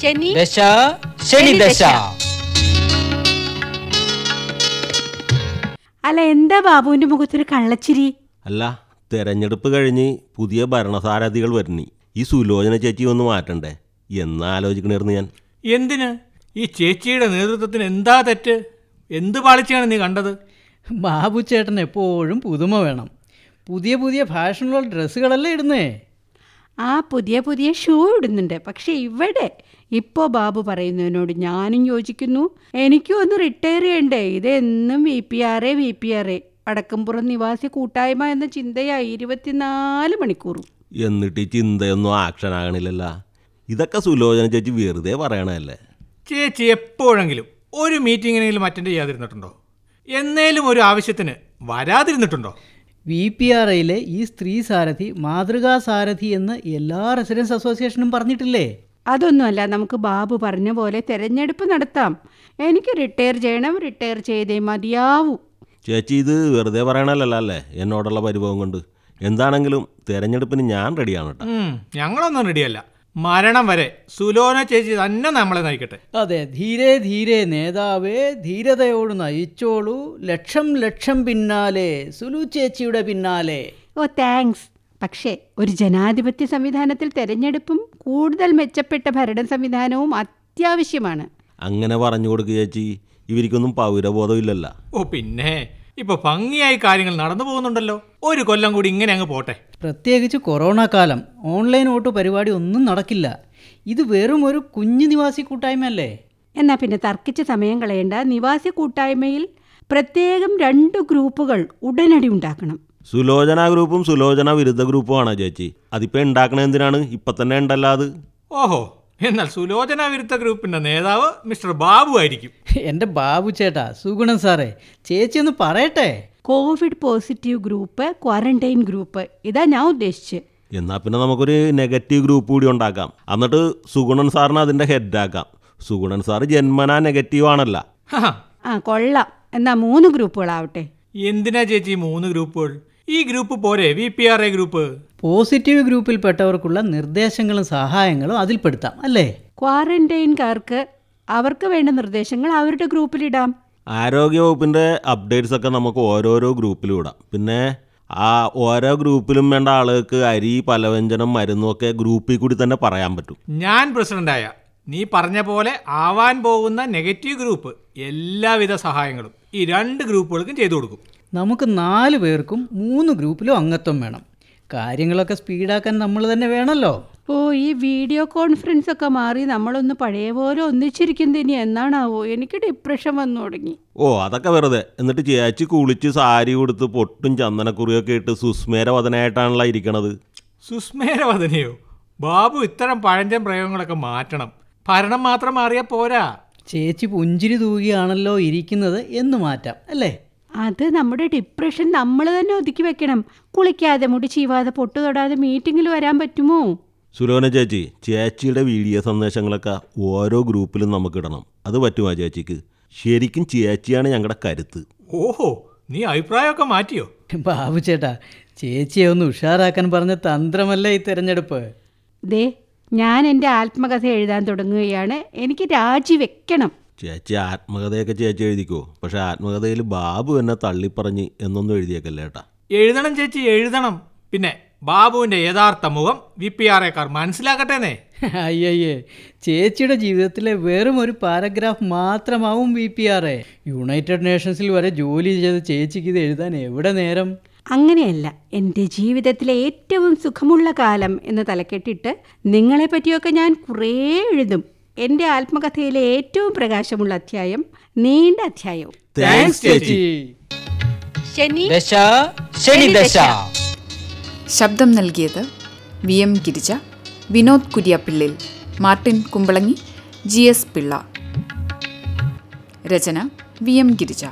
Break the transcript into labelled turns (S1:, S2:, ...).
S1: ശനി
S2: ദശ ശനി ദശ
S1: അല്ല എന്താ ബാബുവിന്റെ മുഖത്തൊരു കള്ളച്ചിരി
S3: അല്ല തെരഞ്ഞെടുപ്പ് കഴിഞ്ഞ് പുതിയ ഭരണസാരഥികൾ വരണി ഈ സുലോചന ചേച്ചി ഒന്ന് മാറ്റണ്ടേ എന്നാലോചിക്കണേർന്ന് ഞാൻ
S4: എന്തിന് ഈ ചേച്ചിയുടെ നേതൃത്വത്തിന് എന്താ തെറ്റ് എന്ത് പാളിച്ചയാണ് നീ കണ്ടത്
S5: ബാബു ചേട്ടൻ എപ്പോഴും പുതുമ വേണം പുതിയ പുതിയ ഫാഷനുള്ള ഡ്രസ്സുകളല്ലേ ഇടുന്നേ
S1: ആ പുതിയ പുതിയ ഷൂ ഇടുന്നുണ്ട് പക്ഷെ ഇവിടെ ഇപ്പോ ബാബു പറയുന്നതിനോട് ഞാനും യോജിക്കുന്നു എനിക്കും ഒന്ന് റിട്ടയർ ചെയ്യണ്ടേ ഇതെന്നും V P R A V P R A Vadakkampuram നിവാസി കൂട്ടായ്മ എന്ന ചിന്തയായി ഇരുപത്തിനാല് മണിക്കൂറും
S3: എന്നിട്ട് ഈ ചിന്തയൊന്നും ആക്ഷൻ ആകണില്ലല്ല ഇതൊക്കെ സുലോചന ചേച്ചി വെറുതെ പറയണതല്ലേ
S4: ചേച്ചി എപ്പോഴെങ്കിലും ഒരു മീറ്റിങ്ങിനെങ്കിലും അറ്റൻഡ് ചെയ്യാതിരുന്നിട്ടുണ്ടോ എന്നേലും ഒരു ആവശ്യത്തിന് വരാതിരുന്നിട്ടുണ്ടോ
S5: വി പി ആർ ഐയിലെ ഈ സ്ത്രീ സാരഥി മാതൃകാ സാരഥി എന്ന് എല്ലാ റെസിഡൻസ് അസോസിയേഷനും പറഞ്ഞിട്ടില്ലേ
S1: അതൊന്നുമല്ല നമുക്ക് ബാബു പറഞ്ഞ പോലെ തെരഞ്ഞെടുപ്പ് നടത്താം എനിക്ക് റിട്ടയർ ചെയ്യണം റിട്ടയർ ചെയ്തേ മതിയാവൂ
S3: ചേച്ചി ഇത് വെറുതെ പറയണല്ലോ അല്ലേ എന്നോടുള്ള പരിഭവം കൊണ്ട് എന്താണെങ്കിലും തെരഞ്ഞെടുപ്പിന് ഞാൻ റെഡിയാണ് കേട്ടോ
S4: ഉം, ഞങ്ങളൊന്നും റെഡിയല്ല മരണം വരെ സുലോന ചേച്ചി തന്നെ നമ്മളെ നയിക്കട്ടെ
S5: അതെ ധീരെ ധീരെ നേതാവേ ധീരതയോട് നയിച്ചോളൂ ലക്ഷം ലക്ഷം പിന്നാലെ സുലു ചേച്ചിയുടെ പിന്നാലെ
S1: ഓ താങ്ക്സ് പക്ഷേ ഒരു ജനാധിപത്യ സംവിധാനത്തിൽ തെരഞ്ഞെടുപ്പും കൂടുതൽ മെച്ചപ്പെട്ട ഭരണ സംവിധാനവും അത്യാവശ്യമാണ്
S3: അങ്ങനെ പറഞ്ഞു കൊടുക്കുക ചേച്ചി ഇവർക്കൊന്നും പൗരബോധമില്ലല്ല
S4: ഓ പിന്നെ ഇപ്പൊ ഭംഗിയായി കാര്യങ്ങൾ നടന്നു പോകുന്നുണ്ടല്ലോ ഒരു കൊല്ലം കൂടി ഇങ്ങനെ അങ്ങ് പോട്ടെ
S5: പ്രത്യേകിച്ച് കൊറോണ കാലം ഓൺലൈൻ വോട്ട് പരിപാടി ഒന്നും നടക്കില്ല ഇത് വെറും ഒരു കുഞ്ഞു നിവാസി കൂട്ടായ്മയല്ലേ
S1: എന്നാൽ പിന്നെ തർക്കിച്ച് സമയം കളയേണ്ട നിവാസി കൂട്ടായ്മയിൽ പ്രത്യേകം രണ്ട് ഗ്രൂപ്പുകൾ ഉടനടി ഉണ്ടാക്കണം
S3: സുലോചന ഗ്രൂപ്പും സുലോചന വിരുദ്ധ ഗ്രൂപ്പുമാണ് ചേച്ചി അതിപ്പോൾ ഉണ്ടാക്കണ എന്തിനാണ് ഇപ്പം തന്നെ ഉണ്ടല്ലോ അത്
S4: ഓഹോ എന്നാൽ സുലോചന വിരുദ്ധ ഗ്രൂപ്പിന്റെ നേതാവ് മിസ്റ്റർ ബാബു ആയിരിക്കും
S5: എൻ്റെ ബാബു ചേട്ടാ സുഗുണൻ സാറേ ചേച്ചി ഒന്ന് പറയട്ടെ
S1: covid positive group quarantine group ഇതാ ഞാൻ ഉദ്ദേശിച്ച്
S3: എന്നാൽ പിന്നെ നമുക്കൊരു നെഗറ്റീവ് ഗ്രൂപ്പ് കൂടി ഉണ്ടാക്കാം എന്നിട്ട് സുഗുണൻ സാറിനെ അതിൻ്റെ ഹെഡാക്കാം സുഗുണൻ സാറ് ജന്മനാ നെഗറ്റീവ് ആണല്ല
S4: ഹാ,
S1: ആ കൊള്ളാം എന്നാ മൂന്ന് ഗ്രൂപ്പുകളാവട്ടെ
S4: എന്തിനാ ചേച്ചി ഈ മൂന്ന് ഗ്രൂപ്പുകൾ ഈ ഗ്രൂപ്പ് പോരെ V P R A group
S5: positive ഗ്രൂപ്പിൽപ്പെട്ടവർക്കുള്ള നിർദ്ദേശങ്ങളും സഹായങ്ങളും അതിൽപ്പെടുത്താം അല്ലേ
S1: ക്വാറന്റൈൻകാർക്ക് അവർക്ക് വേണ്ട നിർദ്ദേശങ്ങൾ അവരുടെ ഗ്രൂപ്പിലിടാം
S3: ആരോഗ്യവകുപ്പിൻ്റെ അപ്ഡേറ്റ്സ് ഒക്കെ നമുക്ക് ഓരോരോ ഗ്രൂപ്പിലും ഇടാം പിന്നെ ആ ഓരോ ഗ്രൂപ്പിലും വേണ്ട ആളുകൾക്ക് അരി പലവ്യഞ്ജനം മരുന്നും ഒക്കെ ഗ്രൂപ്പിൽ കൂടി തന്നെ പറയാൻ പറ്റും
S4: ഞാൻ പ്രസിഡന്റായ നീ പറഞ്ഞ പോലെ ആവാൻ പോകുന്ന നെഗറ്റീവ് ഗ്രൂപ്പ് എല്ലാവിധ സഹായങ്ങളും ഈ രണ്ട് ഗ്രൂപ്പുകൾക്കും ചെയ്തു കൊടുക്കും
S5: നമുക്ക് നാല് പേർക്കും മൂന്ന് ഗ്രൂപ്പിലും അംഗത്വം വേണം കാര്യങ്ങളൊക്കെ സ്പീഡാക്കാൻ നമ്മൾ തന്നെ വേണമല്ലോ
S1: ഓ ഈ വീഡിയോ കോൺഫറൻസ് ഒക്കെ മാറി നമ്മളൊന്ന് പഴയ പോലെ ഒന്നിച്ചിരിക്കുന്നത് ഇനി എന്നാണാവോ എനിക്ക് ഡിപ്രഷൻ വന്നു തുടങ്ങി
S3: ഓ അതൊക്കെ വെറുതെ എന്നിട്ട് ചേച്ചി കുളിച്ച് സാരി കൊടുത്ത് പൊട്ടും ചന്ദനക്കുറിയൊക്കെ ഇട്ട് സുസ്മേരവതനായിട്ടാണല്ലോ ഇരിക്കണത്
S4: സുസ്മേരവദനയോ ബാബു ഇത്തരം പഴഞ്ചൻ പ്രയോഗങ്ങളൊക്കെ മാറ്റണം ഭരണം മാത്രം മാറിയാൽ പോരാ
S5: ചേച്ചി പുഞ്ചിരി തൂകിയാണല്ലോ ഇരിക്കുന്നത് എന്ന് മാറ്റാം അല്ലേ
S1: അത് നമ്മുടെ ഡിപ്രഷൻ നമ്മൾ തന്നെ ഒതുക്കി വെക്കണം കുളിക്കാതെ മുടി ചീവാതെ പൊട്ടു തൊടാതെ മീറ്റിങ്ങിൽ വരാൻ പറ്റുമോ
S3: സുലോന ചേച്ചി ചേച്ചിയുടെ വീഡിയോ സന്ദേശങ്ങളൊക്കെ ഓരോ ഗ്രൂപ്പിലും നമുക്ക് ഇടണം അത് പറ്റുമോ ചേച്ചിക്ക് ശരിക്കും ചേച്ചിയാണ് ഞങ്ങളുടെ കരുത്ത്
S4: ഓഹോ നീ അഭിപ്രായമൊക്കെ മാറ്റിയോ
S5: ബാബു ചേട്ടാ ചേച്ചിയെ ഒന്ന് ഉഷാറാക്കാൻ പറഞ്ഞ തന്ത്രമല്ലേ ഈ തിരഞ്ഞെടുപ്പ്
S1: ദേ ഞാൻ എൻ്റെ ആത്മകഥ എഴുതാൻ തുടങ്ങുകയാണ് എനിക്ക് രാജി വെക്കണം
S3: ചേച്ചി ആത്മകഥയൊക്കെ ചേച്ചി എഴുതിക്കോ പക്ഷെ ആത്മകഥയിൽ ബാബു എന്നെ തള്ളിപ്പറഞ്ഞ് എന്നൊന്നും എഴുതിയേക്കല്ല ഏട്ടാ
S4: എഴുതണം ചേച്ചി എഴുതണം പിന്നെ ബാബുവിൻ്റെ യഥാർത്ഥ മുഖം വി പി ആർ എക്കാർ മനസ്സിലാക്കട്ടേന്നേ
S5: അയ്യയ്യേ ചേച്ചിയുടെ ജീവിതത്തിലെ വെറും ഒരു പാരഗ്രാഫ് മാത്രമാവും വി പി ആർ യുണൈറ്റഡ് നേഷൻസിൽ വരെ ജോലി ചെയ്ത് ചേച്ചിക്ക് ഇത് എഴുതാൻ എവിടെ നേരം
S1: അങ്ങനെയല്ല എൻ്റെ ജീവിതത്തിലെ ഏറ്റവും സുഖമുള്ള കാലം എന്ന് തലക്കെട്ടിട്ട് നിങ്ങളെ പറ്റിയൊക്കെ ഞാൻ കുറേ എഴുതും എൻ്റെ ആത്മകഥയിലെ ഏറ്റവും പ്രകാശമുള്ള അധ്യായം നീണ്ട അധ്യായവും
S4: താങ്ക്സ് ചേച്ചി
S1: ശനി
S2: ദശ ശനി ദശ
S6: ശബ്ദം നൽകിയത് V M Girija Vinod Kuryappillil Martin Kumbalangi G S Pillai രചന വി എം ഗിരിജ